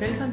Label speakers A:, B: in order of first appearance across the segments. A: Burhan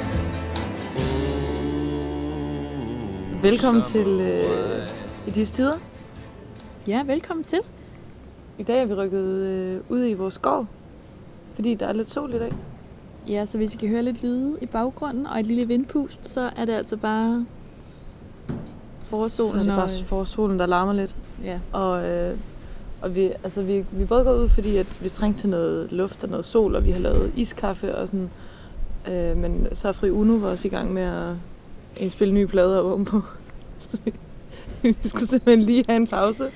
B: Ooh,
A: Velkommen
B: summer
A: til øh,
B: wine.
A: I disse tider.
C: Ja, velkommen til.
A: I dag er vi rykket øh, ud i vores skov, fordi der er lidt sol i dag.
C: Ja, så hvis I kan høre lidt lyde i baggrunden og et lille vindpust, så er det altså bare øh,
A: Så er
C: forsolen.
A: det
C: og-
A: bare forårssolen, der larmer lidt.
C: ja.
A: Og, øh, og vi, altså, vi, vi er både går ud, fordi at vi trængte til noget luft og noget sol, og vi har lavet iskaffe og sådan. Øh, men så er Fri Uno var også i gang med at indspille nye plader og vågne på. Så vi, vi skulle simpelthen lige have en pause.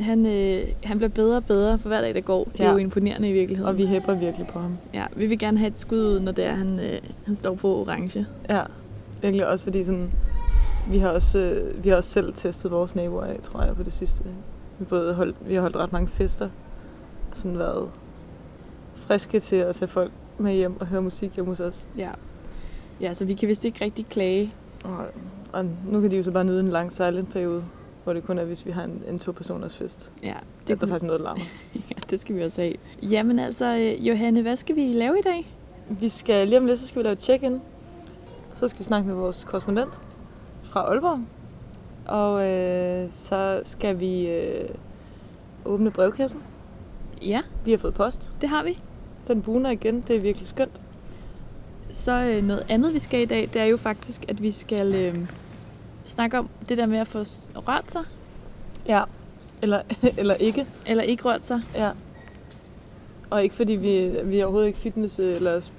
C: Han, øh, han bliver bedre og bedre for hver dag, der går. Det er
A: Ja.
C: jo imponerende i virkeligheden.
A: Og vi hæpper virkelig på ham.
C: Ja, vi vil gerne have et skud ud, når det er, han, øh, han står på orange.
A: Ja, virkelig også fordi sådan, vi har også, øh, vi har også selv testet vores naboer af, tror jeg, på det sidste. Vi, både holdt, vi har holdt ret mange fester, og sådan været friske til at tage folk med hjem og høre musik hjemme hos os.
C: Ja. ja, så vi kan vist ikke rigtig klage.
A: Og, og nu kan de jo så bare nyde en lang silent periode, hvor det kun er, hvis vi har en, en to-personers fest.
C: Ja,
A: Det er der
C: kunne-
A: faktisk noget, der larmer.
C: ja, det skal vi også have. Jamen altså, øh, Johanne, hvad skal vi lave i dag?
A: Vi skal lige om lidt, så skal vi lave et check-in. Så skal vi snakke med vores korrespondent fra Aalborg. Og øh, så skal vi øh, åbne brevkassen.
C: Ja,
A: Vi har fået post.
C: det har vi.
A: Den buner igen. Det er virkelig skønt.
C: Så øh, noget andet, vi skal i dag, det er jo faktisk, at vi skal øh, snakke om det der med at få s- rørt sig,
A: Ja. Eller, eller ikke.
C: eller ikke rørt sig.
A: Ja. Og ikke fordi vi, vi er overhovedet ikke fitness- øh, eller s-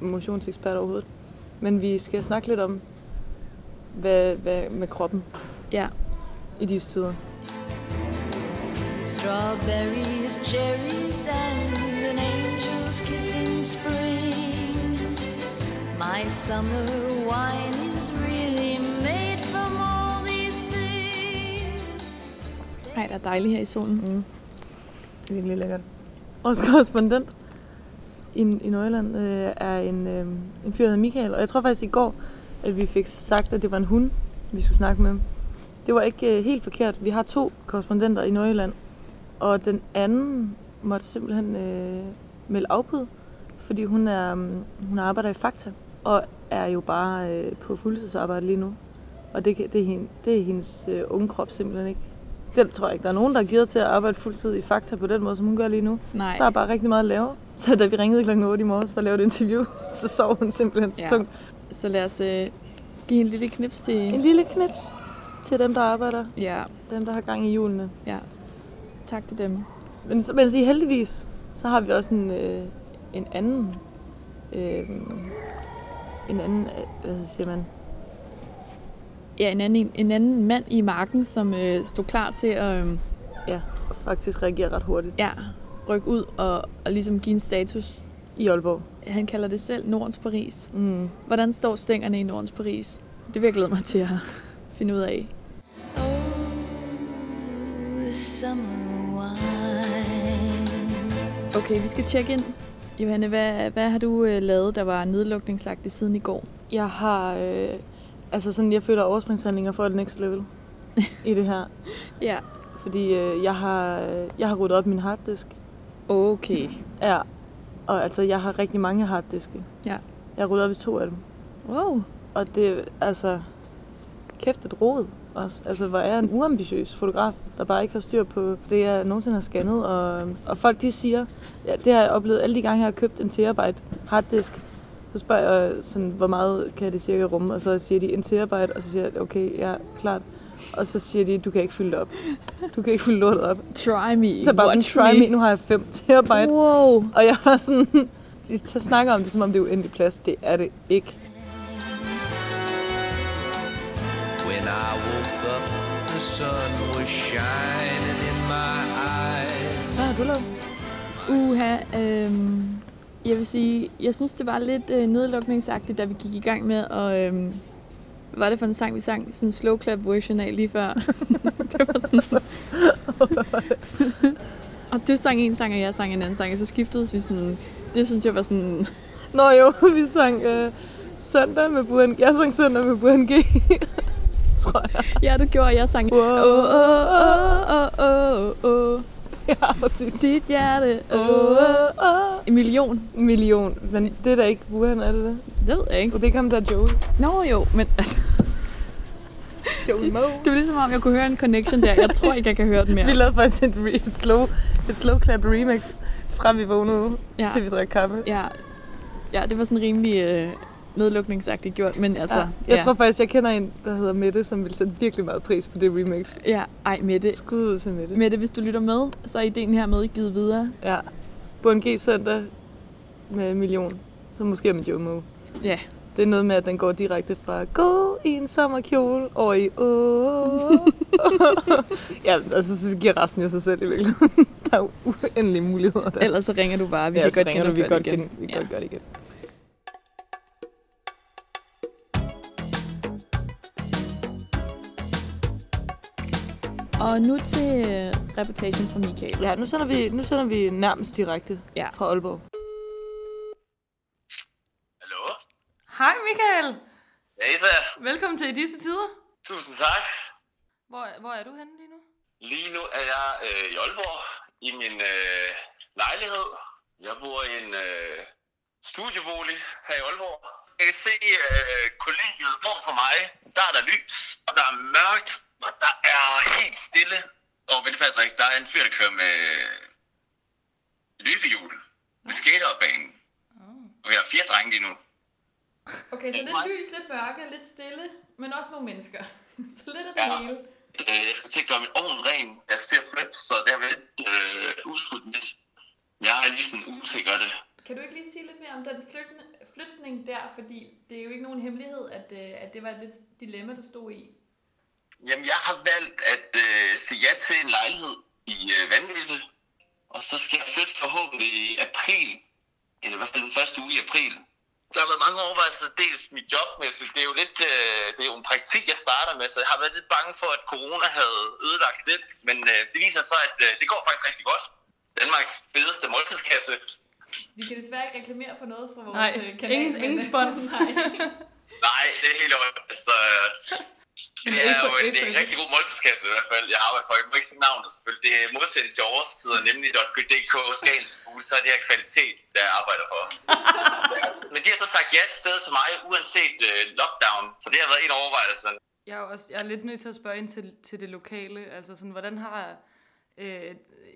A: motionseksperter overhovedet. Men vi skal snakke lidt om, hvad, hvad med kroppen
C: Ja,
A: i disse tider.
D: Strawberries, cherries, and an angel's kiss in spring. My summer wine is really made from all these things.
C: Ej, der er dejligt her i solen.
A: Det er virkelig lækkert. Vores korrespondent i, i Nordjylland øh, er en, øh, en fyr, der hedder Michael. Og jeg tror faktisk i går, at vi fik sagt, at det var en hund, vi skulle snakke med. Det var ikke øh, helt forkert. Vi har to korrespondenter i Nordjylland. Og den anden måtte simpelthen øh, melde afbud, fordi hun, er, øh, hun arbejder i Fakta. Og er jo bare øh, på fuldtidsarbejde lige nu. Og det, kan- det, er, hende, det er hendes øh, unge krop simpelthen ikke det tror jeg ikke, der er nogen, der er givet til at arbejde fuldtid i Fakta på den måde, som hun gør lige nu.
C: Nej,
A: Der er bare rigtig meget at lave. Så da vi ringede kl. 8 i morges for at lave et interview, så sov hun simpelthen så
C: Ja.
A: tungt.
C: så lad os øh, give en lille knips
A: En
C: til...
A: lille knips til dem, der arbejder.
C: Ja,
A: Dem, der har gang i julene.
C: ja. Tak til dem.
A: Men, så- men så heldigvis, så har vi også en, øh, en anden... Øh, en anden... øh, Hvad siger man?
C: Ja, en anden, en anden mand i marken, som øh, stod klar til at øh,
A: Ja, faktisk reagerer ret hurtigt.
C: ja, rykke ud og, og ligesom give en status.
A: I Aalborg.
C: Han kalder det selv Nordens Paris.
A: Mm.
C: Hvordan står stængerne i Nordens Paris? Det vil jeg glæde mig til at finde ud af.
D: Oh, summer wine.
C: Okay, vi skal tjekke ind. Johanne, hvad, hvad har du øh, lavet, der var nedlukningsagtigt siden i går?
A: Jeg har... Øh, altså sådan, jeg føler overspringshandlinger for et next level i det her.
C: Ja.
A: Fordi øh, jeg har, jeg har ryddet op min harddisk.
C: Okay.
A: Ja. Og altså, jeg har rigtig mange harddiske.
C: Ja.
A: Jeg har ryddet op i to af dem.
C: Wow.
A: Og det altså... Kæft et råd også. Altså, hvor er jeg en uambitiøs fotograf, der bare ikke har styr på det, jeg nogensinde har scannet. Og, og folk, de siger... Ja, det har jeg oplevet alle de gange, jeg har købt en terabyte harddisk. Så spørger jeg øh, sådan, hvor meget kan det cirka rumme? Og så siger de en terabyte, og så siger jeg, okay, ja, klart. Og så siger de, du kan ikke fylde det op. Du kan ikke fylde lortet op.
C: Try me.
A: Så bare sådan,
C: Watch
A: try me, nu har jeg 5 terabyte.
C: Wow.
A: Og jeg var sådan, de t- snakker om det, som om det er uendelig plads. Det er det ikke.
B: When I woke up, the sun was shining in my eyes.
A: Hvad har du lavet?
C: Uha. Øhm, Jeg vil sige, jeg synes, det var lidt øh, nedlukningsagtigt, da vi gik i gang med at... Øh, var det for en sang, vi sang? Sådan en slow clap version af lige før. det var sådan... og du sang en sang, og jeg sang en anden sang, og så skiftedes vi sådan... Det synes jeg var sådan...
A: Nå jo, vi sang øh, søndag med Burhan Jeg sang søndag med Burhan G. Tror jeg.
C: Ja, du gjorde, og jeg sang...
A: Wow.
C: Åh, åh, åh, åh, åh, åh,
A: Ja, præcis.
C: Sit hjerte, åh, åh, åh. En million.
A: En million. Men det er da ikke Burhan, er det det?
C: Det ved jeg ikke.
A: Det er ikke ham, der er Joey.
C: Nå jo, men altså,
A: Joey Moe.
C: det var ligesom om, jeg kunne høre en connection der. Jeg tror ikke, jeg kan høre den mere.
A: Vi lavede faktisk et, re- et, slow, et slow clap remix, fra vi vågnede,
C: Ja.
A: ja. til vi drak kaffe.
C: Ja, ja det var sådan rimelig øh, nedlukningsagtigt gjort, men altså...
A: Ja. Jeg
C: ja.
A: tror faktisk, jeg kender en, der hedder Mette, som vil sætte virkelig meget pris på det remix.
C: Ja, ej Mette.
A: Skud ud til Mette.
C: Mette, hvis du lytter med, så er ideen her med givet videre.
A: Ja. Bund G søndag med en million. Så måske med Jomo.
C: Ja.
A: Det er noget med, at den går direkte fra gå i en sommerkjole over i åh. ja, altså så giver resten jo sig selv i virkeligheden. Der er jo uendelige muligheder der.
C: Ellers så ringer du bare, vi
A: ja,
C: kan
A: så
C: godt
A: ringer du, vi
C: genopføre
A: kan godt,
C: det igen.
A: gen- vi kan
C: Ja.
A: godt gøre det igen.
C: Og nu til øh, reportagen fra Michael.
A: Ja, nu sender vi, nu sender vi nærmest direkte
C: Ja.
A: fra Aalborg.
E: Hallo?
A: Hej Michael!
E: Ja, Isa.
A: Velkommen til I disse tider.
E: Tusind tak.
A: Hvor, hvor er du henne lige nu?
E: Lige nu er jeg øh, i Aalborg i min øh, lejlighed. Jeg bor i en øh, studiebolig her i Aalborg. Jeg kan se øh, kollegiet hvor for mig. Der er der lys, og der er mørkt, og der er helt stille. Og ved det passer ikke, der er en fyr, der kører med løbehjul med skaterbanen. Og vi har fire drenge lige nu.
A: Okay, så
E: lidt Hej.
A: lys, lidt mørke, lidt stille, men også nogle mennesker. så lidt af
E: det Ja. hele. Øh, jeg skal til at gøre min ovn ren. Jeg skal til at flytte, så der vil øh, udskudt lidt. Jeg er lige sådan en uge til at gøre det.
F: Kan du ikke lige sige lidt mere om den flygtne, flytning der? Fordi det er jo ikke nogen hemmelighed, at, øh, at det var et lidt dilemma, du stod i.
E: Jamen, jeg har valgt at øh, sige ja til en lejlighed i øh, Vandløse. Og så skal jeg flytte forhåbentlig i april. Eller i hvert fald den første uge i april. Der har været mange overvejelser, dels mit jobmæssigt. Det er jo lidt, øh, det er jo en praktik, jeg starter med, så jeg har været lidt bange for, at corona havde ødelagt det. Men øh, det viser sig, at øh, det går faktisk rigtig godt. Danmarks fedeste måltidskasse.
F: Vi kan desværre ikke reklamere for noget fra vores
A: Nej,
F: øh, kanal.
A: ingen- ingen
F: øh,
A: spons.
F: Nej.
E: Nej, det er helt ordentligt. Altså, øh, det
A: ikke
E: er
A: for-
E: jo
A: ikke
E: en, det er
A: for-
E: en rigtig god måltidskasse i hvert fald. Jeg arbejder for, jeg må ikke sige navnet selvfølgelig. Det er modsætning til oversider, nemlig .dk, Skagens Fugle, så er det her kvalitet, der jeg arbejder for. Ja. Men de har så sagt ja et sted til mig, uanset øh, lockdown. Så det har været en overvejelse.
F: Jeg er, også, jeg er lidt nødt til at spørge ind til, til det lokale. Altså sådan, hvordan har øh,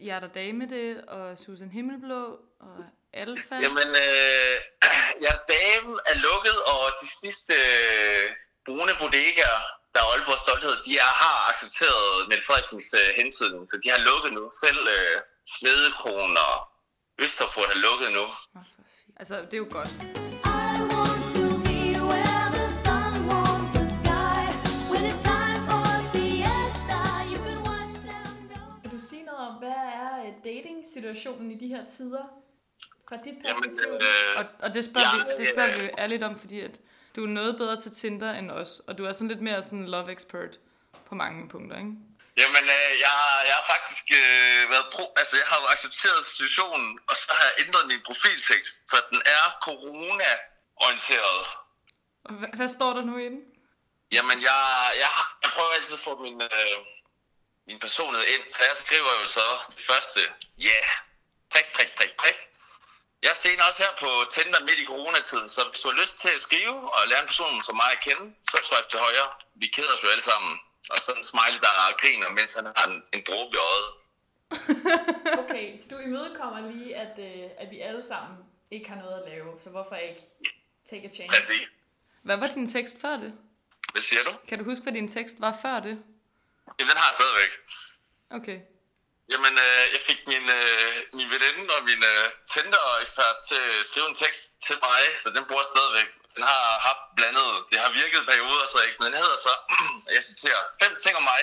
F: Hjert og Dame det, og Susan Himmelblå, og Alfa?
E: Jamen, øh, ja, dame er lukket, og de sidste øh, brune bodegaer, der er Aalborg Stolthed, de er, har accepteret Mette Frederiksens øh, hentydning, så de har lukket nu. Selv øh, Smedekron og Østerport er lukket nu.
F: Åh, for fi- Altså, det er jo godt.
G: I want to be where the sun warms the sky. When it's time for siesta, you can watch them go.
F: Kan du sige noget om, hvad er øh, dating-situationen i de her tider? Fra dit
E: Jamen,
F: perspektiv?
E: øh,
F: Og, og det spørger,
E: Ja,
F: ja, vi, det spørger
E: øh.
F: vi jo ærligt om, fordi at du er noget bedre til Tinder end os, og du er sådan lidt mere sådan love expert på mange punkter, ikke?
E: Jamen, øh, jeg, jeg har faktisk øh, været pro... Altså, jeg har jo accepteret situationen, og så har jeg ændret min profiltekst, så den er corona-orienteret.
F: Og hvad, hvad står der nu i den?
E: Jamen, jeg, jeg, har- jeg prøver altid at få min, øh, min personlighed ind, så jeg skriver jo så det første, ja, yeah. prik, prik, prik, prik. Jeg stener også her på Tinder midt i coronatiden, så hvis du har lyst til at skrive og lære en person som mig at kende, så swipe til højre. Vi keder os jo alle sammen. Og sådan en smiley, der griner, mens han har en, en dråbe i øjet.
F: Okay, så du imødekommer lige, at, øh, at vi alle sammen ikke har noget at lave, så hvorfor ikke take a chance?
E: Præcis.
F: Hvad var din tekst før det?
E: Hvad siger du?
F: Kan du huske, hvad din tekst var før det?
E: Jamen, den har jeg stadigvæk.
F: Okay.
E: Jamen, øh, jeg fik min, øh, min veninde og min øh, Tinder-ekspert til at skrive en tekst til mig, så den bruger jeg stadigvæk. Den har haft blandet, det har virket i perioder så ikke, men den hedder så, og jeg citerer, fem ting om mig.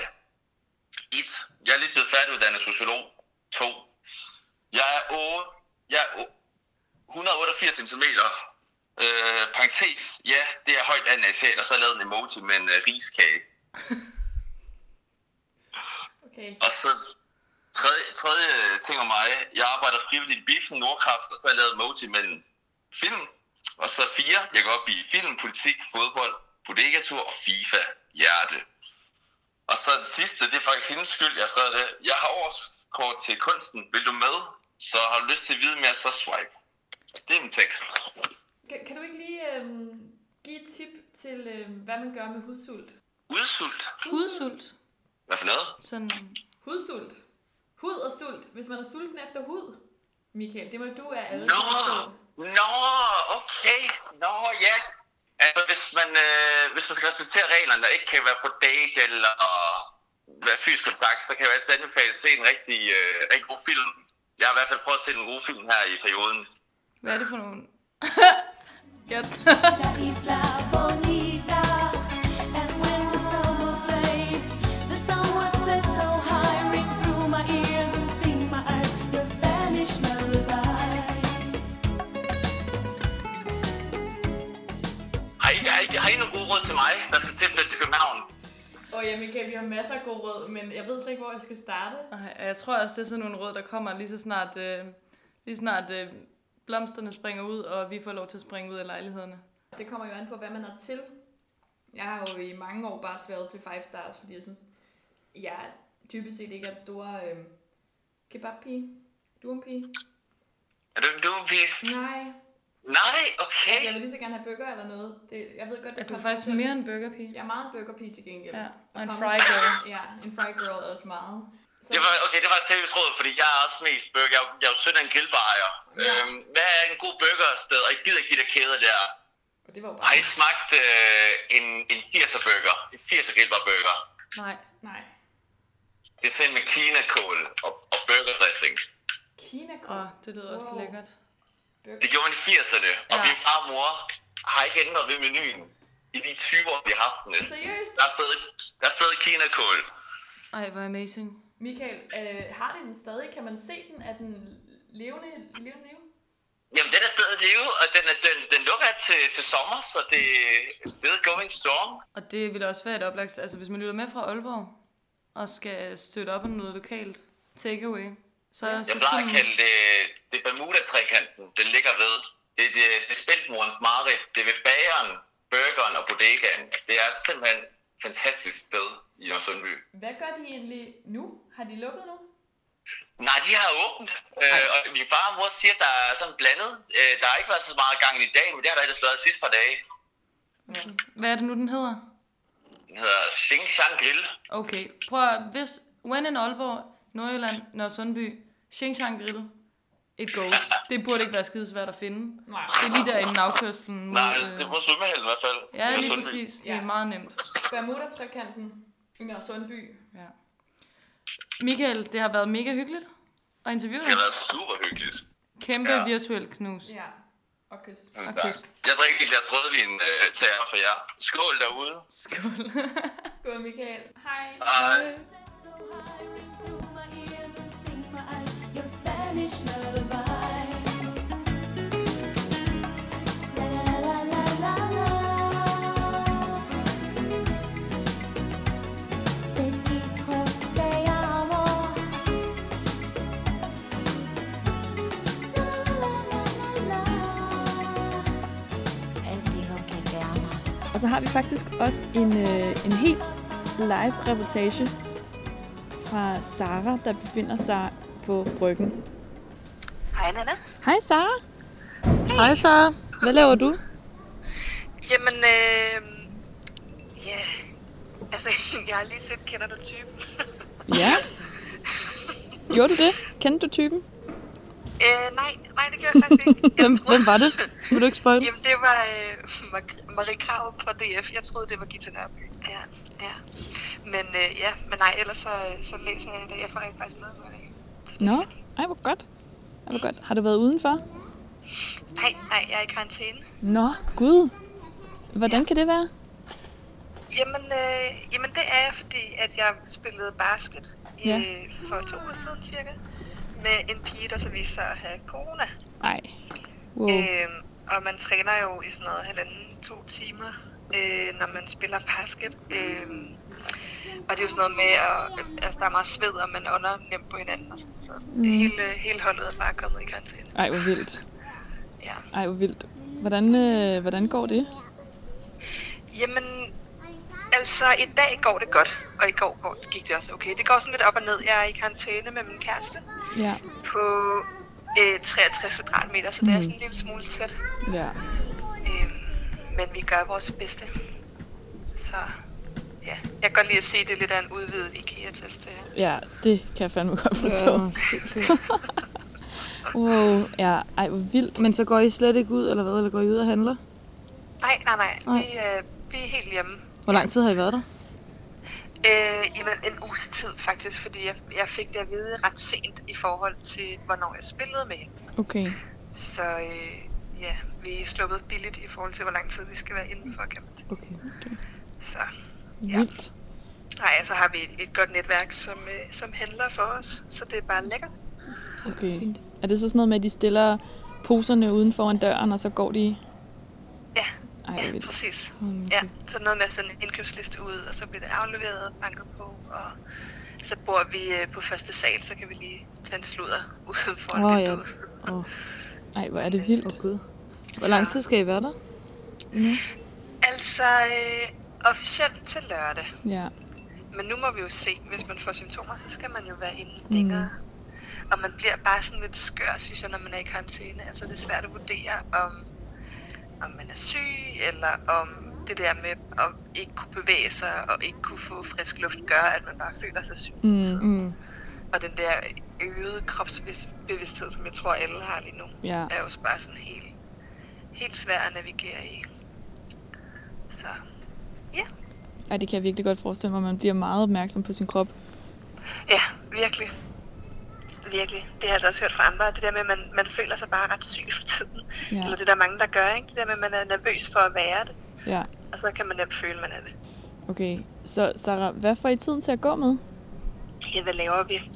E: 1. Jeg er lige blevet færdiguddannet sociolog. 2. Jeg er 8. Jeg er o- 188 cm. Øh, parentes, ja, det er højt andet asiat, og så lavede en emoji med en øh, riskage.
F: Okay.
E: Og så tredje, tredje ting om mig, jeg arbejder frivilligt i Biffen Nordkraft, og så har jeg lavet emoji med en film. Og så fire, jeg går op i film, politik, fodbold, bodegatur og FIFA, hjerte. Og så det sidste, det er faktisk hendes skyld, jeg har skrevet det. Jeg har årskort til kunsten, vil du med? Så har du lyst til at vide mere, så swipe. Det er min tekst.
F: Kan, kan du ikke lige øhm, give et tip til, øhm, hvad man gør med hudsult?
E: Udsult?
F: Hudsult?
E: Hvad for noget?
F: Sådan,
H: Hudsult. Hud og sult. Hvis man er sulten efter hud, Michael, det må du af alle.
E: Nå,
H: forstå.
E: nå, okay, nå ja. Altså hvis man, øh, hvis man skal respektere reglerne og ikke kan være på date eller være fysisk kontakt, så kan jeg altid anbefale at se en rigtig, øh, rigtig god film. Jeg har i hvert fald prøvet at se en god film her i perioden.
F: hvad er det for nogen? Godt.
G: La isla bonita, and when the summer played, the sun would set so high, ring through my ears and sting my eyes. Your Spanish lullaby.
E: Har I, har, I, har I nogle gode råd til mig, der skal til at flytte til København?
H: Åh oh, ja, Michael, vi har masser af gode råd, men jeg ved slet ikke, hvor jeg skal starte.
F: Ej, og jeg tror også, det er sådan nogle råd, der kommer lige så snart, øh, lige snart øh, blomsterne springer ud, og vi får lov til at springe ud af lejlighederne.
H: Det kommer jo an på, hvad man er til. Jeg har jo i mange år bare sværet til five stars, fordi jeg synes, jeg dybest set ikke er en stor øh, kebabpige. Dumpige.
E: Er du en dumpige?
H: Nej.
E: Nej,
H: Altså,
E: okay.
H: jeg vil lige så gerne have bøger eller noget. Det, jeg ved godt, det
F: Er du
H: kommer
F: faktisk
H: til-
F: mere en burgerpige?
H: Jeg er meget en burgerpige til gengæld.
F: Ja, og en
H: pommes-
F: fry girl.
H: Ja, en fry girl er også meget. Så,
E: Det var, okay, det var et seriøst råd, fordi jeg er også mest burger. Jeg, er jo- jeg er jo søn af en grillbarer.
H: Ja.
E: Øhm, hvad er en god burgersted? Og jeg gider ikke de der kæder der.
H: og det var jo
E: Har
H: bare...
E: I smagt øh, en, en 80'er burger? En 80'er grillbar burger.
F: Nej.
H: Nej.
E: Det er sådan med kinakål og, og burger dressing.
H: Kina
F: Åh, det lyder også
H: Wow.
F: lækkert.
E: Det gjorde man i 80'erne, og
F: Ja.
E: min far og mor har ikke ændret ved menuen i de 20 år, vi har haft den.
H: Seriøst?
E: Der er stadig, der er stadig kinakål.
F: Ej, hvor amazing.
H: Michael, øh, har det den stadig? Kan man se den? Er den levende? levende, levende?
E: Jamen, den er stadig i live, og den, er, den, den lukker til, til sommer, så det er still going strong.
F: Og det ville også være et oplagt, altså hvis man lytter med fra Aalborg, og skal støtte op af noget lokalt takeaway, så, ja, så
E: Jeg plejer at kalde det, det er Bermuda-trekanten, den ligger ved. Det er, det, det er spændmurens mareridt. Det er ved bageren, burgeren og bodegaen. Altså, det er simpelthen et fantastisk sted i Sundby.
H: Hvad gør de egentlig nu? Har de lukket nu?
E: Nej, de har åbent. Øh, og min far og mor siger, der er sådan blandet. Øh, der har ikke været så meget gang i dag, men det har der ellers været de sidste par dage.
F: Hvad er det nu, den hedder?
E: Den hedder Xing Shang Grill.
F: Okay, prøv at, hvis, when in Aalborg, Nordjylland, Nørresundby, Xinjiang Grill, it goes. Det burde ikke være skidesvært at finde.
H: Nej.
F: Det er lige der i navkøsten. mod,
E: Nej,
H: Mm.
F: øh,
E: det er på svømmehallen i hvert fald.
F: Ja,
E: Det er
F: lige
E: Sundby.
F: præcis. Det er
H: Ja.
F: meget nemt.
H: Bermuda-trekanten i Nørre Sundby.
F: Ja. Michael, det har været mega hyggeligt at interviewe
E: Det
F: dig.
E: har været super hyggeligt.
F: Kæmpe
E: Ja.
F: ja. virtuel knus.
H: Ja. Og kys.
E: Tusind
F: Og
E: tak.
F: kyst.
E: Jeg drikker et glas rødvin øh, til jer for jer. Skål derude.
F: Skål.
H: Skål, Michael. Hej.
E: Hej.
G: So high, ring through my ears and sting my eyes. Your Spanish lullaby. La la la la la. Te dijo te amo. La la la la la.
C: Og så har vi faktisk også en, øh, en helt live reportage fra Sara, der befinder sig på bryggen.
I: Hej Nana.
C: Hej Sara!
A: Hej Sara, hvad laver du?
I: Jamen, øh, ja, altså, jeg har lige set Kender du typen?
C: Ja. Gjorde du det? Kendte du typen?
I: Øh, nej, nej, det gør jeg faktisk ikke. Jeg
A: Hvem,
I: troede-
A: hvem var det? Vil du ikke spøjle?
I: Jamen, det var øh, Mar- Marie Krav fra DF. Jeg troede, det var Gita Nørby. Ja, ja. Men øh, ja, men nej, ellers så, øh, så læser jeg det. Jeg får rent faktisk noget ud af det.
C: Nå, ej hvor godt. Ej, hvor godt. Har du været udenfor?
I: Nej, nej, jeg er i karantæne.
C: Nå, gud. Hvordan kan det være?
I: Jamen, øh, jamen det er jeg, fordi at jeg spillede basket øh, i,
C: Ja.
I: for to uger siden cirka med en pige, der så viste sig at have corona.
C: Nej.
A: Wow.
I: Øhm, og man træner jo i sådan noget halvanden, to timer, øh, når man spiller basket. Øhm, og det er jo sådan noget med, at altså, der er meget sved, og man ånder nemt på hinanden. Og sådan, så mm. hele, hele holdet er bare kommet i karantæne.
C: Ej, hvor vildt.
I: Ja.
C: Ej, hvor vildt. Hvordan, øh, hvordan går det?
I: Jamen, altså i dag går det godt, og i går går- gik det også okay. Det går sådan lidt op og ned. Jeg er i karantæne med min kæreste
C: Ja,
I: på øh, 63 kvadratmeter, så det er sådan en lille smule tæt.
C: ja.
I: Øh, men vi gør vores bedste. Så ja, jeg kan godt lide at se det er lidt af en udvidet IKEA-test. øh. Det her.
C: Ja, det kan jeg fandme godt forstå.
A: Ja,
C: Wow, ja, ej, hvor vildt.
A: Men så går I slet ikke ud, eller hvad? Eller går I ud og handler?
I: Nej, nej, nej.
A: Nej.
I: Vi, øh, vi er helt hjemme.
A: Hvor lang tid har I været der?
I: Øh, jamen, en uges tid faktisk, fordi jeg, jeg fik det at vide ret sent i forhold til, hvornår jeg spillede med.
C: Okay.
I: Så øh, ja, vi er sluppet billigt i forhold til, hvor lang tid vi skal være inden for kamp.
A: Okay.
I: Så Ja.
C: Vildt.
I: nej, så har vi et, et godt netværk, som, øh, som handler for os, så det er bare lækkert.
C: Okay. Er det så sådan noget med, at de stiller poserne uden foran døren, og så går de...
I: Ja.
C: Ej, hvor
I: Ja,
C: vildt.
I: præcis.
C: Mm,
I: Ja, så noget med sådan en indkøbsliste ud, og så bliver det afleveret og banket på, og så bor vi øh, på første sal, så kan vi lige tage en sludder ude foran
A: Åh,
I: oh,
A: ja.
I: vinduet.
C: Ej, hvor er det vildt.
A: Gud. Hvor lang tid skal I være der?
I: Altså, øh, officielt til lørdag.
C: Ja.
I: Men nu må vi jo se, hvis man får symptomer, så skal man jo være inde længere. Og man bliver bare sådan lidt skør, synes jeg, når man er i karantæne. Altså det er svært at vurdere, om, om man er syg, eller om det der med at ikke kunne bevæge sig og ikke kunne få frisk luft, gør, at man bare føler sig syg.
C: Mm,
A: Mm.
I: Og den der øgede kropsbevidsthed, som jeg tror alle har lige nu,
C: ja.
I: er jo også bare sådan helt, helt svær at navigere i. Så
C: Ej, det kan jeg virkelig godt forestille mig. Man bliver meget opmærksom på sin krop.
I: Ja, virkelig. Virkelig. Det har jeg altså også hørt fra andre. Det der med, at man, man føler sig bare ret syg for tiden. Ja.
C: Ja.
I: Eller det er der mange, der gør, ikke? Det der med, at man er nervøs for at være det.
C: Ja.
I: Og så kan man nemt føle, at man er det.
C: Okay. Så, Sarah, hvad får I tiden til at gå med?
I: Ja, hvad laver vi?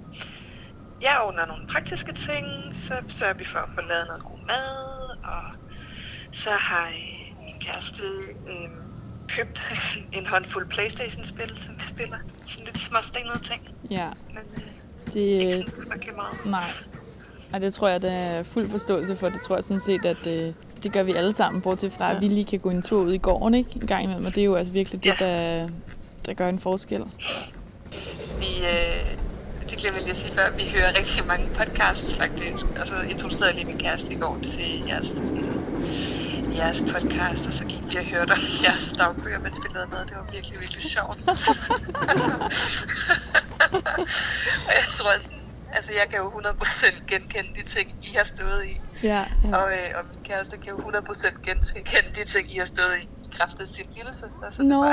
I: Jeg ordner nogle praktiske ting, så sørger vi for at få lavet noget god mad, og så har øh, min kæreste øh, købt en håndfuld Playstation-spil, som vi spiller. Sådan lidt småstenede ting,
C: Ja.
I: men øh,
C: Det,
I: ikke
C: øh,
I: sådan frygtelig meget.
C: Nej. Og det tror jeg, der er fuld forståelse for. Det tror jeg sådan set, at øh, det gør vi alle sammen, bortset fra, ja. at vi lige kan gå en tur ud i gården ikke? en gang imellem. Og det er jo altså virkelig det,
I: Ja.
C: der, der gør en forskel.
I: Vi, øh, det glemte jeg lige at sige før, vi hører rigtig mange podcasts faktisk, og så introducerede jeg lige min kæreste i går til jeres, øh, jeres podcast, og så gik vi og hørte om jeres dagbøger, mens vi lavede noget. Det var virkelig, virkelig sjovt. og jeg tror, at, altså jeg kan jo 100% genkende de ting, I har stået i,
C: Ja, ja.
I: og, øh, og min kæreste kan jo 100% genkende de ting, I har stået i, i kraft af sin lille søster, så
C: Nå,
I: det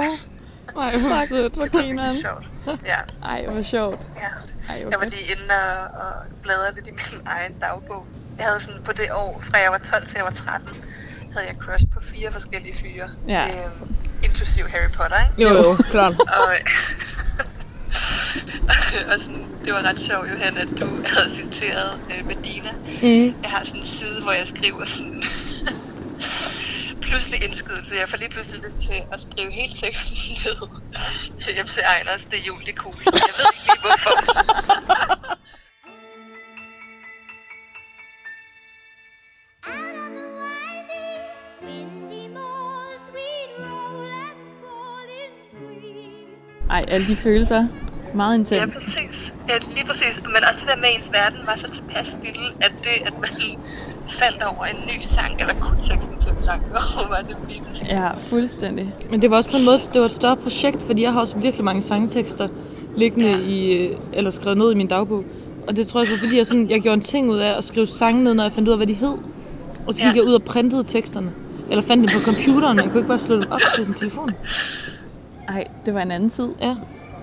I: var
A: Nej, hvor sødt.
C: hvor
I: virkelig
C: grineren.
I: sjovt. Ja,
C: Ej, hvor sjovt.
I: ja.
C: Ej, hvor
I: Jeg var
C: godt.
I: lige inde og, og bladrede lidt i min egen dagbog. Jeg havde sådan på det år, fra jeg var 12 til jeg var 13, havde jeg crush på fire forskellige fyre.
C: Ja.
I: Øhm, inklusiv Harry Potter, ikke?
A: Jo, jo, klart.
I: Og, og sådan, det var ret sjovt, Johan, at du havde citeret øh, Medina. Mm. Jeg har sådan en side, hvor jeg skriver sådan... pludselig indskydelse. Jeg får lige pludselig lyst til at skrive hele teksten ned til MC Ejlers. Det er jul, det er cool. Jeg ved ikke lige, hvorfor.
G: Out on the winding, windy moors, we'd roll and fall in green.
C: Ej, alle de følelser. Meget
I: Ja,
C: intens.
I: præcis. Ja, lige præcis. Men også det der med, at ens verden var så tilpas lille, at det, at man faldt over en ny sang, eller kun teksten til en sang, hvor var det vildt.
C: Ja, fuldstændig.
A: Men det var også på en måde, det var et større projekt, fordi jeg har også virkelig mange sangtekster liggende
I: Ja.
A: ja. i, øh, eller skrevet ned i min dagbog. Og det tror jeg så, var, fordi jeg, sådan, jeg gjorde en ting ud af at skrive sange ned, når jeg fandt ud af, hvad de hed. Og så gik
I: Ja.
A: ja. jeg ud og printede teksterne. Eller fandt dem på computeren, man kunne ikke bare slå dem op på sin telefon.
C: Ej, det var en anden tid.
A: Ja,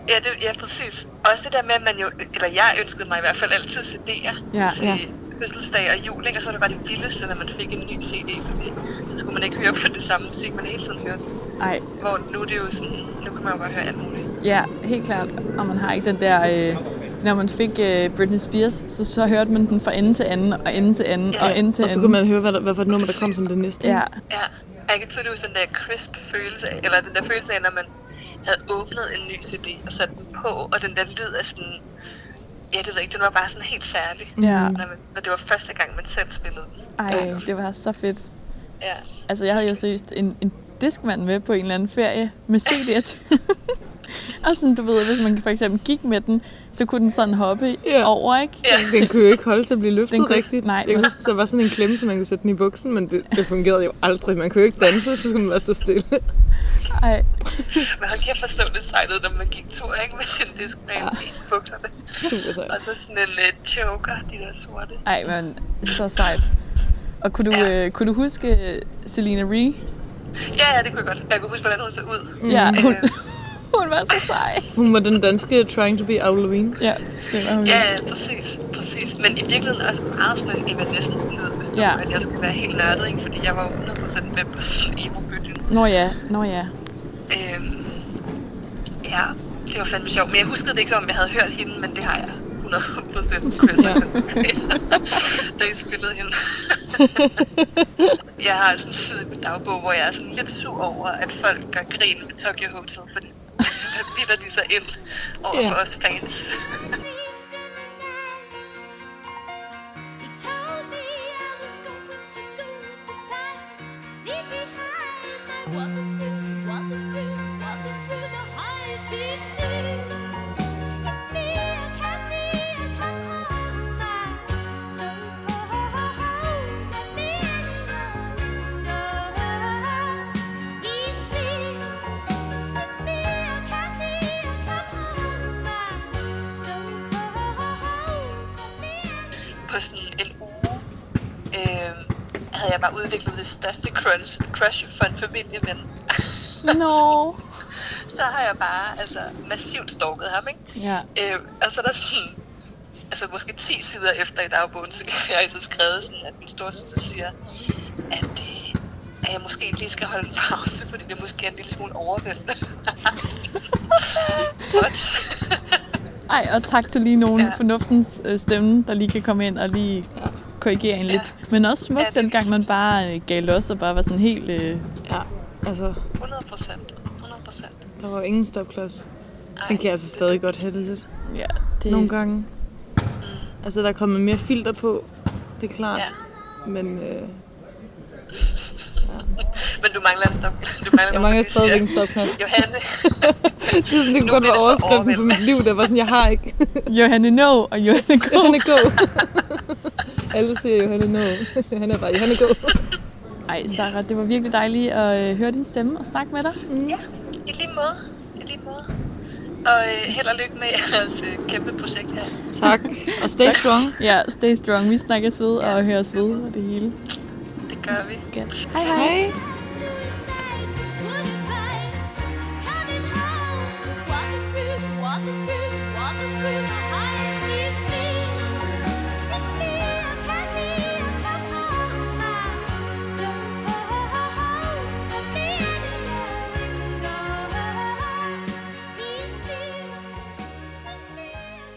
I: Ja, det, ja, præcis. Også det der med, at man jo, eller jeg ønskede mig i hvert fald altid CD'er
C: Ja,
I: til
A: ja.
I: fødselsdag og jul, ikke? og så var det bare det vildeste, når man fik en ny CD, fordi så skulle man ikke høre på det samme musik, man hele tiden hørte.
C: Ej,
I: Hvor nu er det jo sådan, nu kan man jo bare høre alt muligt.
C: ja, helt klart. Og man har ikke den der øh, når man fik øh, Britney Spears, så, så hørte man den fra ende til anden, og ende til anden, ja. og ende til
A: Og så
C: anden.
A: kunne man høre, hvad, der, hvad for et nummer, der kom som det næste.
C: Ja,
I: Ja, og jeg kan tydeligvis den der crisp følelse af, eller den der følelse af, når man havde åbnet en ny CD og sat den på, og den der lyd af sådan, ja, det ved jeg ikke, den var bare sådan helt særlig,
C: Ja.
I: når, man, når det var første gang, man selv spillede den.
C: ej, det var så fedt.
I: Ja,
C: Altså, jeg havde jo seriøst en, en diskmand med på en eller anden ferie med CD'et. og sådan, du ved, hvis man for eksempel gik med den, så kunne den sådan hoppe
A: Ja.
C: over, ikke?
I: ja,
A: Den kunne jo ikke holde til at blive løftet
C: Den kunne ikke-
A: rigtigt.
C: nej,
A: jeg kan
C: nej.
A: huske, der var sådan en klemme, så man kunne sætte den i buksen, men det, det fungerede jo aldrig. Man kunne jo ikke danse, så skulle man være så stille.
C: Ej,
I: men hold kæft, jeg så det sejt ud, når man gik tur, ikke, med sin diskman i bukserne,
A: Super sejt.
I: og så sådan en uh, choker, de der sorte.
C: ej men så sejt. Og kunne du,
I: Ja.
C: øh, kunne du huske øh, Selina Ree?
I: Ja, ja, det kunne jeg godt. Jeg kunne huske, hvordan hun så ud.
C: Mm. Ja, hun,
I: Øh,
C: hun var så sej.
A: Hun var den danske Trying to be Halloween.
C: Ja, det var hun.
I: Ja, ja, præcis, præcis. Men i virkeligheden også meget sådan en evanescence lyd, hvis
C: Ja.
I: ja. at jeg skulle være helt nørdet, ikke? fordi jeg var jo 100% med på sådan emo-bølgen.
C: Nå ja, nå ja.
I: Øhm, ja, det var fandme sjovt. Men jeg huskede det ikke, som om jeg havde hørt hende, men det har jeg 100% kunne jeg
A: Ja.
I: så konstatere, da I spillede hende. jeg har sådan en side i min dagbog, hvor jeg er sådan lidt sur over, at folk gør grin med Tokyo Hotel, fordi hvad bilder de sig ind over for os fans? på sådan en uge, øh, havde jeg bare udviklet det største crunch, crush for en familieven.
C: Nå.
I: Så har jeg bare altså, massivt stalket ham, ikke?
C: Ja.
I: Øh, og så er der sådan, altså måske 10 sider efter i dagbogen, så har jeg så skrevet sådan, at min storsøster siger, at, øh, at jeg måske lige skal holde en pause, fordi det måske er en lille smule overvældende. What?
C: Ej, og tak til lige nogen ja.
I: Ja.
C: fornuftens øh, stemme, der lige kan komme ind og lige ja. korrigere en ja. lidt. Men også smukt,
I: Ja,
C: ja,
I: det-
C: dengang man bare øh, gav los og bare var sådan helt... Øh,
A: Ja, altså,
I: 100 procent. 100 procent.
A: der var jo ingen stopklods. Sådan kan jeg altså stadig godt have det lidt.
C: ja, det,
A: Nogle gange. Altså, der er kommet mere filter på, det er klart.
I: Ja.
A: Men øh,
I: Men du mangler en stop. Du mangler
A: jeg
I: nogen,
A: mangler
I: der siger,
A: stadigvæk en stopklods.
I: Johanne,
A: Det, er sådan, det
I: Nu
A: kunne godt være
I: bliver det for
A: overskriften på mit liv, der var sådan, jeg har ikke.
C: Johanne No og Johanne K.
A: Johanne Gå. Alle siger Johanne Nå. Han er bare Johanne Gå.
C: Ej, Sarah, det var virkelig dejligt at øh, høre din stemme og snakke med dig.
I: i lige måde. I lige måde. Og øh, held og lykke med jeres øh, kæmpe projekt her.
A: Tak. Og stay strong.
C: Ja, stay strong. Vi snakkes ved og høres ved og det hele.
I: Det gør vi.
C: Hej hej. hej.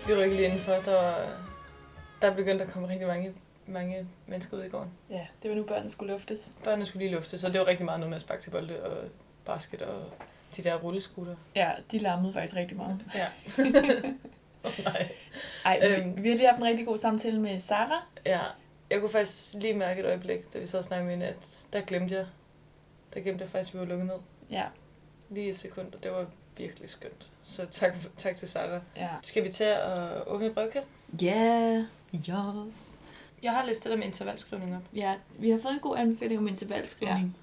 A: Vi rykker lige indenfor, der, der er begyndt at komme rigtig mange, mange mennesker ud i gården.
C: Ja, det var nu børnene skulle luftes.
A: Børnene skulle lige lufte, så det var rigtig meget noget med at sparke til bolde og basket og de der rulleskuter.
C: Ja, de larmede faktisk rigtig meget.
A: Ja. oh, nej.
C: Ej,
A: Øhm.
C: Øh, vi har lige haft en rigtig god samtale med Sara.
A: Ja. Jeg kunne faktisk lige mærke et øjeblik, da vi sad og snakkede med hende, at der glemte jeg. Der glemte jeg faktisk, at vi var lukket ned.
C: Ja,
A: Lige et sekund, og det var virkelig skønt. Så tak, tak til Sarah.
C: ja.
A: Skal vi til at åbne brevkassen?
C: Ja, yeah. yes.
A: Jeg har læst det der med intervalskrivning op.
C: Ja, vi har fået en god anbefaling om intervalskrivning.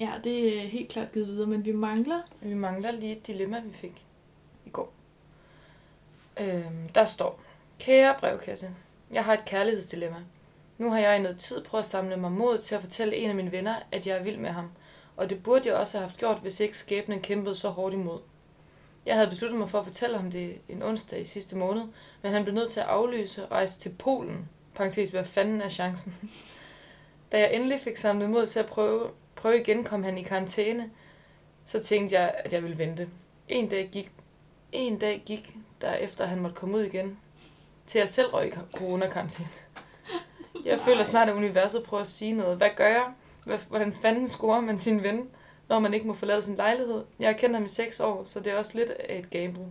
C: Ja. ja, det er helt klart givet videre, men vi mangler...
A: Vi mangler lige et dilemma, vi fik i går. Øhm, der står, kære brevkasse, jeg har et kærlighedsdilemma. Nu har jeg i noget tid prøvet at samle mig mod til at fortælle en af mine venner, at jeg er vild med ham. Og det burde jeg også have haft gjort, hvis ikke skæbnen kæmpede så hårdt imod. Jeg havde besluttet mig for at fortælle ham det en onsdag i sidste måned, men han blev nødt til at aflyse og rejse til Polen. Parenthes, hvad fanden er chancen? da jeg endelig fik samlet mod til at prøve, prøve igen, kom han i karantæne, så tænkte jeg, at jeg ville vente. En dag gik, en dag gik der efter han måtte komme ud igen.
F: til at selv røg i coronakarantæne. Jeg føler snart, at universet prøver at sige noget. Hvad gør jeg? Hvad- Hvordan fanden scorer man sin ven, når man ikke må forlade sin lejlighed? Jeg har kendt ham i seks år, så det er også lidt af et gamble.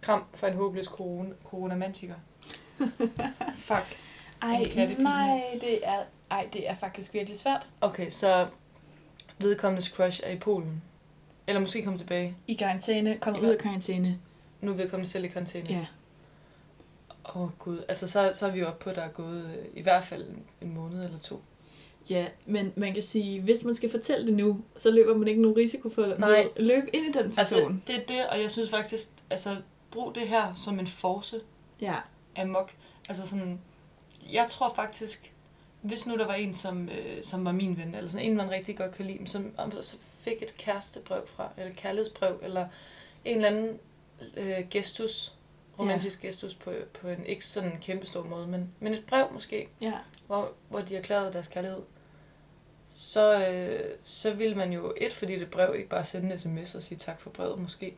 F: Kram for en håbløs corona coronamantiker. Fuck.
H: Ej,
F: En kattepige.
H: nej, det er, ej, det er faktisk virkelig svært.
F: Okay, så vedkommendes crush er i Polen. Eller måske komme tilbage.
H: I karantæne, kommer ud af karantæne.
F: Nu er vedkommende selv i karantæne.
H: Ja.
F: Åh oh, gud, altså så, så er vi jo oppe på, at der er gået øh, i hvert fald en- en måned eller to.
C: Ja, men man kan sige, hvis man skal fortælle det nu, så løber man ikke nogen risiko for at
F: Nej.
C: løbe ind i den person.
F: Altså det er det, og jeg synes faktisk, altså brug det her som en force
C: ja.
F: amok. Altså sådan, jeg tror faktisk, hvis nu der var en, som, øh, som var min ven, eller sådan en, man rigtig godt kan lide, men som om- så fik et kærestebrev fra, eller et kærlighedsbrev, eller en eller anden øh, gestus, romantisk gestus på, på en ikke sådan en kæmpestor måde, men, men et brev måske,
C: Ja.
F: hvor, hvor de erklærede deres kærlighed, så, øh, så ville man jo, et fordi det er et brev, ikke bare sende en sms og sige tak for brevet måske,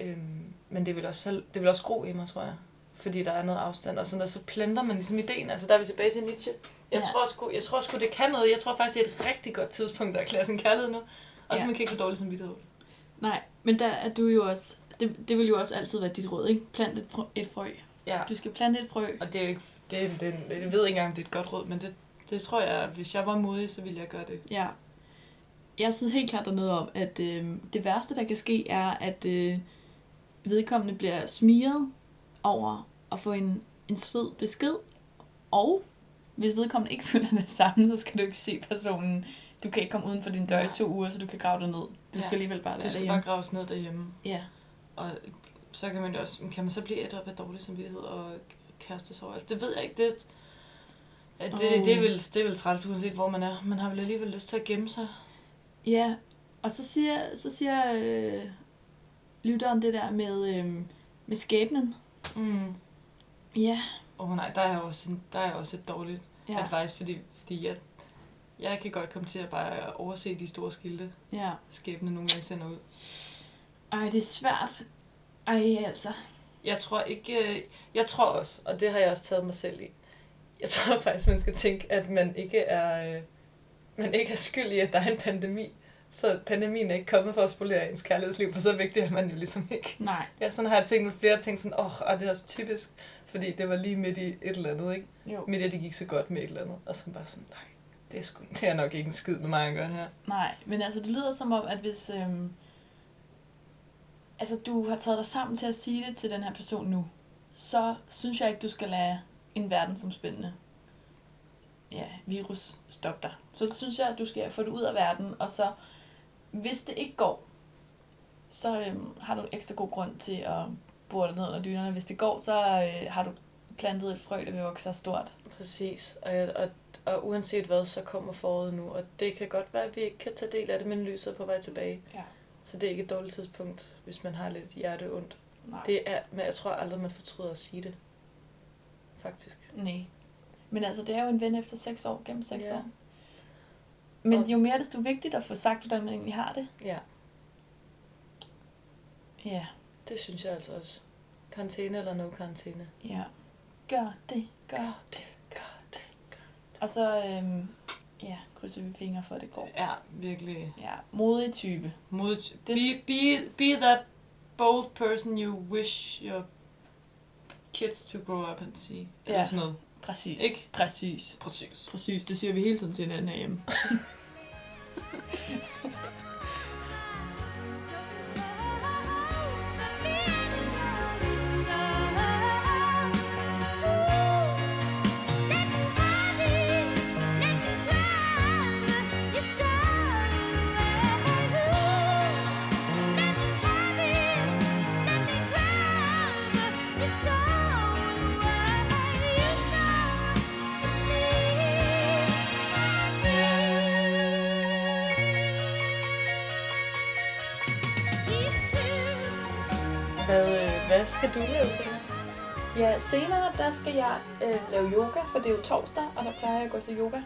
F: øhm, men det vil, også, det vil også gro i mig, tror jeg, fordi der er noget afstand, og, sådan, og så planter man ligesom ideen, altså der er vi tilbage til Nietzsche. Jeg,
C: Ja.
F: ja. tror, sgu, jeg tror sgu, det kan noget, jeg tror faktisk, det er et rigtig godt tidspunkt at erklære sin kærlighed nu, og så
C: Ja.
F: man kan ikke få dårlig samvittighed.
C: Nej, men der er du jo også, det, det vil jo også altid være dit råd, ikke? Plant et, frø, et frø.
F: Ja.
C: Du skal plante et frø.
F: Og det er jo ikke, det, er- det, er- jeg ved ikke engang, om det er et godt råd, men det, det tror jeg, hvis jeg var modig, så ville jeg gøre det.
C: Ja. Jeg synes helt klart, der er noget om, at øh, det værste, der kan ske, er, at øh, vedkommende bliver smiret over at få en, en sød besked. Og hvis vedkommende ikke føler det samme, så skal du ikke se personen. Du kan ikke komme uden for din dør i to uger, så du kan grave dig ned. Du
F: Ja.
C: ja. skal alligevel bare
F: Du
C: være
F: skal
C: derhjemme.
F: bare graves ned derhjemme.
C: Ja.
F: Og så kan man jo også, kan man så blive et op af dårlig samvittighed og kærestesorg? Altså, det ved jeg ikke, det, at det,
C: Åh.
F: det, er vel, det er vel træls, uanset hvor man er. Man har vel alligevel lyst til at gemme sig.
C: Ja, og så siger, så siger øh, lytteren det der med, øh, med skæbnen.
F: Mm.
C: Ja,
F: Åh oh, nej, der er jeg også, en- der er jeg også et dårligt ja.
C: ja,
F: advice, fordi, fordi jeg, jeg kan godt komme til at bare overse de store skilte,
C: ja.
F: skæbne nogle gange sender ud.
C: Ej, det er svært. Ej, altså.
F: Jeg tror ikke... øh, Jeg tror også, og det har jeg også taget mig selv i. Jeg tror faktisk, man skal tænke, at man ikke er, øh, man ikke er skyld i, at der er en pandemi. Så pandemien er ikke kommet for at spolere ens kærlighedsliv, for så vigtigt er man jo ligesom ikke.
C: Nej,
F: Ja, sådan har jeg tænkt med flere ting, sådan, åh, oh, det er også typisk, fordi det var lige midt i et eller andet, ikke?
C: Jo.
F: Midt i, at det gik så godt med et eller andet, og så bare sådan, nej, det er, sgu, det er nok ikke en skid med mig at gøre det her.
C: nej. Men altså, det lyder som om, at hvis... Øhm, altså, du har taget dig sammen til at sige det til den her person nu, så synes jeg ikke, du skal lade en verden som spændende ja, virus stoppe dig. Så synes jeg, at du skal få det ud af verden, og så, hvis det ikke går, så øhm, har du en ekstra god grund til at bore dig ned under dynerne. Hvis det går, så øh, har du plantet et frø, der vil vokse sig stort.
F: Præcis, og, jeg- og, og uanset hvad, så kommer foråret nu, og det kan godt være, at vi ikke kan tage del af det, men lyset er på vej tilbage.
C: Ja.
F: Så det er ikke et dårligt tidspunkt, hvis man har lidt hjerte ondt.
C: Nej.
F: Det er, men jeg tror aldrig, man fortryder at sige det. Faktisk.
C: Nej. Men altså, det er jo en ven efter seks år, gennem seks
F: Ja.
C: år. Men
F: Og-
C: jo mere, desto vigtigt at få sagt, hvordan man egentlig har det.
F: Ja,
C: Ja,
F: det synes jeg altså også. Karantæne eller no karantæne.
C: ja. Gør det, gør det.
F: Gør det.
C: Og så, øhm, ja, krydser vi fingre for, at det går.
F: Ja, virkelig.
C: Ja, modig type.
F: Mod,
C: Det-
F: be, be, be that bold person you wish your kids to grow up and see. Eller
C: Ja.
F: sådan noget.
C: Præcis.
F: Ikke?
C: Præcis.
F: Præcis.
C: Præcis, det siger vi hele tiden til hinanden herhjemme.
F: Hvad, øh, hvad skal du lave senere?
C: Ja, senere der skal jeg øh, lave yoga, for det er jo torsdag, og der plejer jeg at gå til yoga.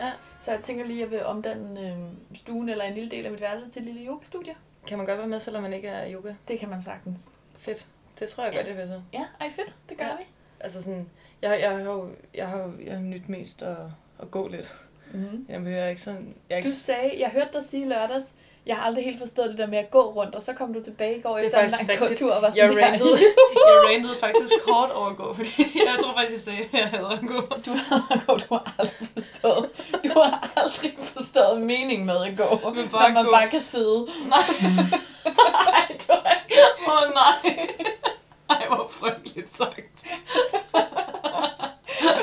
F: Ja.
C: Så jeg tænker lige, at jeg vil omdanne øh, stuen eller en lille del af mit værelse til et lille yogastudie.
F: Kan man godt være med, selvom man ikke er yoga?
C: Det kan man sagtens.
F: Fedt. Det tror jeg godt, jeg vil så.
C: Ja, ej fedt, det gør
F: Ja.
C: ja. vi.
F: Altså sådan, jeg, jeg har jo, jeg har jo jeg har nyt mest at, at gå lidt.
C: Mm-hmm.
F: Jeg behøver ikke sådan... Jeg er ikke,
C: Du sagde, jeg hørte dig sige i lørdags, jeg har aldrig helt forstået det der med at gå rundt, og så kom du tilbage i går
F: Det er
C: efter en
F: faktisk
C: lang
F: rigtigt.
C: tur og var
F: jeg
C: sådan der.
F: rantede, jeg rantede faktisk hårdt over at gå, fordi jeg tror faktisk, jeg sagde, at jeg hader at gå.
C: Du har, du har aldrig forstået, du har aldrig forstået mening med at gå,
F: Men bare
C: når man
F: gå.
C: bare kan sidde.
F: Nej. nej, du er Åh oh, nej. Ej, hvor frygteligt sagt.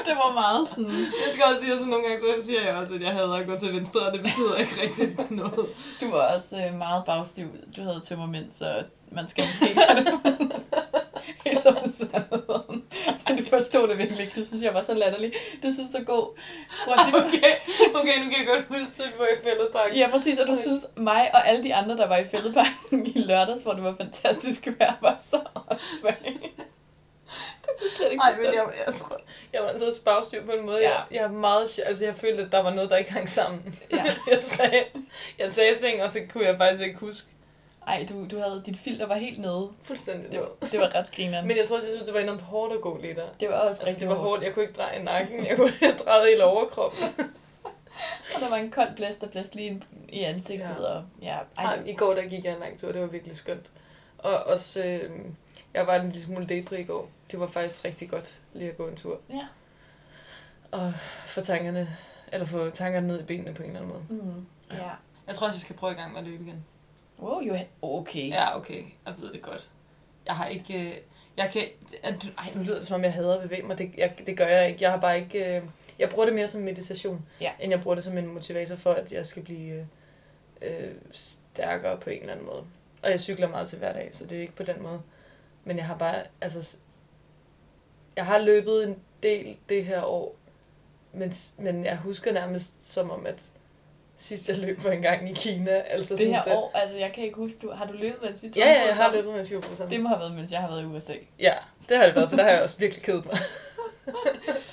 C: Det var meget sådan,
F: Jeg skal også sige, at sådan nogle gange så siger jeg også, at jeg hader at gå til venstre, og det betyder ikke rigtig noget.
C: du var også øh, meget bagstiv. Du havde tømmermænd, så man skal måske ikke tage det helt som sandheden. Men du forstod det virkelig ikke. Du synes, jeg var så latterlig. Du synes så god. Rundt i
F: Okay, okay nu kan jeg godt huske det, hvor jeg fældede pakke.
C: Ja, præcis. Og du synes, mig og alle de andre, der var i fældeparken i lørdags, hvor det var fantastisk vejr, var så åndssvagt.
F: Nej, men jeg, jeg, tror, jeg var så spagstyr på en måde.
C: Ja.
F: Ja. Jeg, jeg, er meget, sj- altså, jeg følte, at der var noget, der ikke hang sammen.
C: Ja.
F: jeg, sagde, jeg sagde ting, og så kunne jeg faktisk ikke huske
C: Ej, du, du havde, dit filter var helt nede.
F: fuldstændig
C: Det
F: noget.
C: var, det var ret grineren.
F: Men jeg tror også, jeg synes, det var enormt hårdt at gå lidt der.
C: det var også
F: Altså,
C: rigtig
F: det var hårdt. Jeg kunne ikke dreje nakken. Jeg kunne have drejet hele overkroppen.
C: Og der var en kold blæst, der blæste lige ind i ansigtet. Ja.
F: Ja.
C: Og, ja, ej,
F: Ej,
C: det,
F: I går, der gik jeg en lang tur. Det var virkelig skønt. Og også, øh, jeg var en lille smule depri i går. Det var faktisk rigtig godt lige at gå en tur.
C: Ja.
F: Og få tankerne, eller få tankerne ned i benene på en eller anden måde.
C: mm, ja.
F: Jeg tror også, jeg skal prøve i gang med at løbe igen.
C: Wow, Johan. Okay. Ja.
F: Ja, okay. Jeg ved det godt. Jeg har ikke... øh, Jeg kan... at- Ej, nu lyder det, som om jeg hader at bevæge mig. Det, jeg, det gør jeg ikke. Jeg har bare ikke... øh, Jeg bruger det mere som meditation,
C: Ja.
F: end jeg bruger det som en motivator for, at jeg skal blive øh, øh, stærkere på en eller anden måde. Og jeg cykler meget til hverdag, så det er ikke på den måde. Men jeg har bare... Altså, s- jeg har løbet en del det her år, men, s- men jeg husker nærmest som om, at sidst jeg løb var en gang i Kina. Altså
C: Det
F: sådan
C: her
F: den-
C: år, altså jeg kan ikke huske, du, har du løbet, mens vi tog
F: Ja,
C: en
F: ja,
C: tur
F: jeg har
C: sammen?
F: løbet med 20 procent.
C: Det må have været, mens jeg har været i USA.
F: Ja, det har det været, for der har jeg også virkelig kedet mig.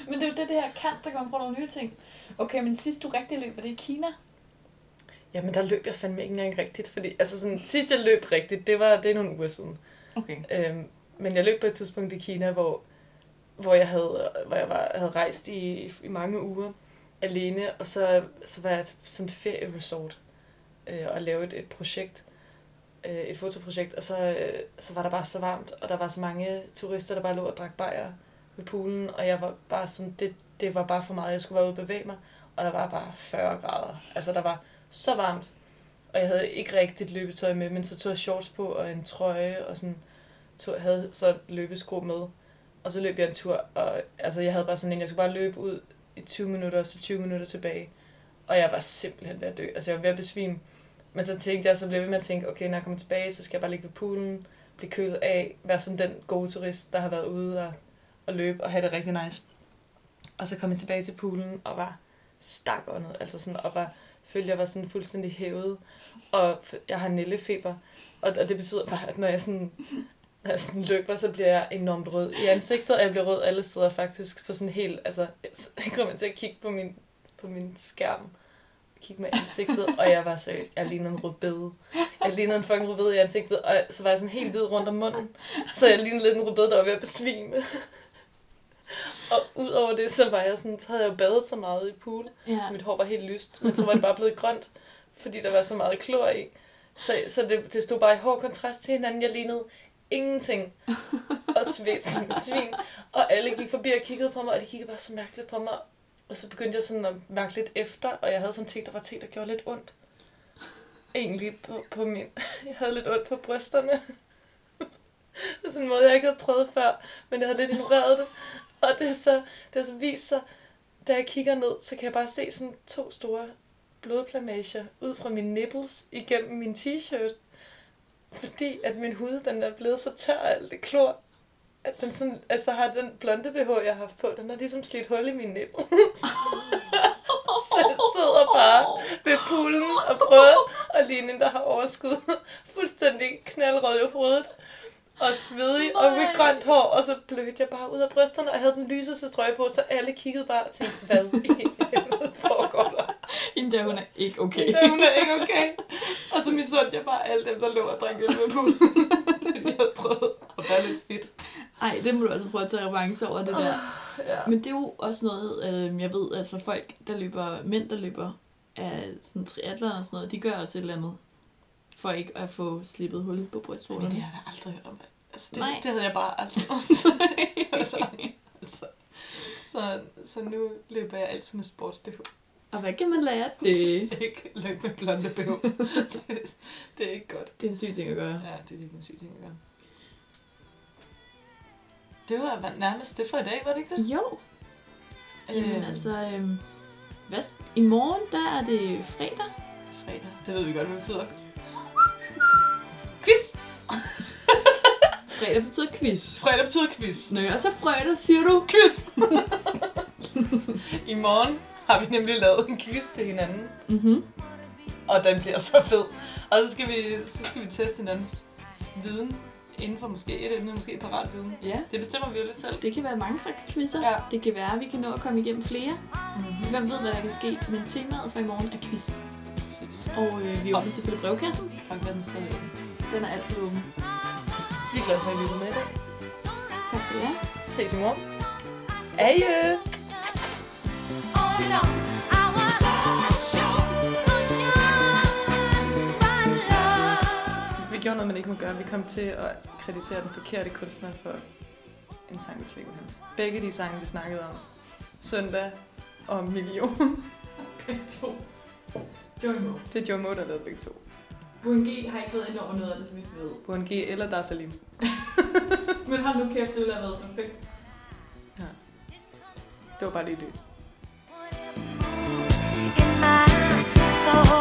C: Men det er jo det, det her kan, der kan man prøve nogle nye ting. Okay, men sidst du rigtig løb, var det i Kina?
F: Jamen, der løb jeg fandme ikke engang rigtigt, fordi altså sådan, sidst jeg løb rigtigt, det var det er nogle uger siden.
C: Okay.
F: Øhm, men jeg løb på et tidspunkt i Kina, hvor, hvor jeg, havde, hvor jeg var, havde rejst i, i mange uger alene, og så, så var jeg til sådan et ferieresort øh, og lavede et, et projekt, øh, et fotoprojekt, og så, øh, så var der bare så varmt, og der var så mange turister, der bare lå og drak bajer ved poolen, og jeg var bare sådan, det, det var bare for meget, jeg skulle være ude og bevæge mig, og der var bare 40 grader. Altså, der var så varmt, og jeg havde ikke rigtigt løbetøj med, men så tog jeg shorts på og en trøje, og sådan, tog, havde så et løbesko med, og så løb jeg en tur, og altså, jeg havde bare sådan en, jeg skulle bare løbe ud i 20 minutter, og så 20 minutter tilbage, og jeg var simpelthen ved at dø, altså jeg var ved at besvime, men så tænkte jeg, så blev jeg ved med at tænke, okay, når jeg kommer tilbage, så skal jeg bare ligge ved poolen, blive kølet af, være sådan den gode turist, der har været ude og, og løbe, og have det rigtig nice. Og så kom jeg tilbage til poolen, og var stakåndet, altså sådan, og var, følte, jeg var sådan fuldstændig hævet, og f- jeg har nællefeber, og, og det betyder bare, at når jeg sådan når jeg Altså, sådan løber, så bliver jeg enormt rød i ansigtet, og jeg bliver rød alle steder faktisk, på sådan helt, altså, jeg kommer til at kigge på min, på min skærm, kigge med ansigtet, og jeg var seriøst, jeg lignede en rødbede. Jeg lignede en fucking rødbede i ansigtet, og så var jeg sådan helt hvid rundt om munden, så jeg lignede lidt en rødbede, der var ved at besvime. Og udover det, så var jeg sådan, så havde jeg jo badet så meget i pool,
C: Ja.
F: mit hår var helt lyst, men så var det bare blevet grønt, fordi der var så meget klor i. Så, så det, det stod bare i hård kontrast til hinanden. Jeg lignede ingenting og svedt som et svin. Og alle gik forbi og kiggede på mig, og de kiggede bare så mærkeligt på mig. Og så begyndte jeg sådan at mærke lidt efter, og jeg havde sådan ting, der var ting, der gjorde lidt ondt. Egentlig på, på min... Jeg havde lidt ondt på brysterne. På sådan en måde, jeg ikke havde prøvet før, men jeg havde lidt ignoreret det. Og det er så, det er så vist sig, da jeg kigger ned, så kan jeg bare se sådan to store blodplamager ud fra mine nipples igennem min t-shirt. Fordi at min hud, den er blevet så tør af alt det klor, at den sådan, altså har den blonde BH, jeg har haft på, den har ligesom slidt hul i min nipples. så jeg sidder bare ved poolen og prøver at ligne en, der har overskud. Fuldstændig knaldrød i hovedet og svedig og med grønt hår, og så blødte jeg bare ud af brysterne, og jeg havde den lyseste trøje på, så alle kiggede bare og tænkte, hvad i helvede foregår der?
C: Hende der, hun er ikke okay.
F: Det er hun er ikke okay. Og så misundte jeg bare alle dem, der lå og drak øl med poolen. Jeg havde prøvet at være lidt fedt.
C: Ej, det må du altså prøve at tage revanche over, det der. ja. Men det er jo også noget, øh, jeg ved, altså folk, der løber, mænd, der løber af sådan triathlon og sådan noget, de gør også et eller andet, for ikke at få slippet hul på brystvorene.
F: Men det har jeg da aldrig hørt om. Altså, det,
C: Nej.
F: det havde jeg bare aldrig overvejet. altså, så, så nu løber jeg altid med sportsbehov.
C: Og hvad kan man lære af det?
F: Ikke løb med blonde behov. det, det er ikke godt.
C: Det er en syg ting at gøre.
F: Ja, det er virkelig en syg ting at gøre. Det var nærmest det for i dag, var det ikke det?
C: Jo, jamen altså,
H: øhm,
C: øh, hvad, i morgen, der er det fredag.
F: Fredag. Det ved vi godt, hvad det betyder.
C: Quiz! fredag betyder quiz.
F: Fredag betyder quiz.
C: Nå, og så fredag siger du,
F: Quiz! I morgen har vi nemlig lavet en quiz til hinanden.
H: Mm-hmm.
C: Mhm.
F: Og den bliver så fed. Og så skal vi, så skal vi teste hinandens viden inden for måske et emne, måske parat viden.
C: ja.
F: Det bestemmer vi jo lidt selv.
C: Det kan være mange slags quizzer.
F: Ja.
C: Det kan være, at vi kan nå at komme igennem flere. Mm-hmm. Hvem ved, hvad der kan ske. Men temaet for i morgen er quiz.
F: Præcis.
C: Og øh, vi åbner selvfølgelig brevkassen.
F: Og hvad sådan stadig.
C: Den er altid åben.
F: Vi er glade for, at I lyttede med i dag.
C: Tak for jer.
F: Ses i morgen. Hej!
G: On and on, I want sunshine, my love.
F: Vi gjorde noget, man ikke må gøre. Vi kom til at kritisere den forkerte kunstner for en sang, vi slikker hans. Begge de sange, vi snakkede om. Søndag og Million.
H: Begge to. Joey Moe.
F: Det er Joe Moe, der lavede begge to.
H: Buen G har ikke været ind over noget af det, som vi ved.
F: Buren G eller Darsalim.
H: Men hold nu kæft, det ville have været perfekt.
F: Det var bare lige det.
G: In my soul.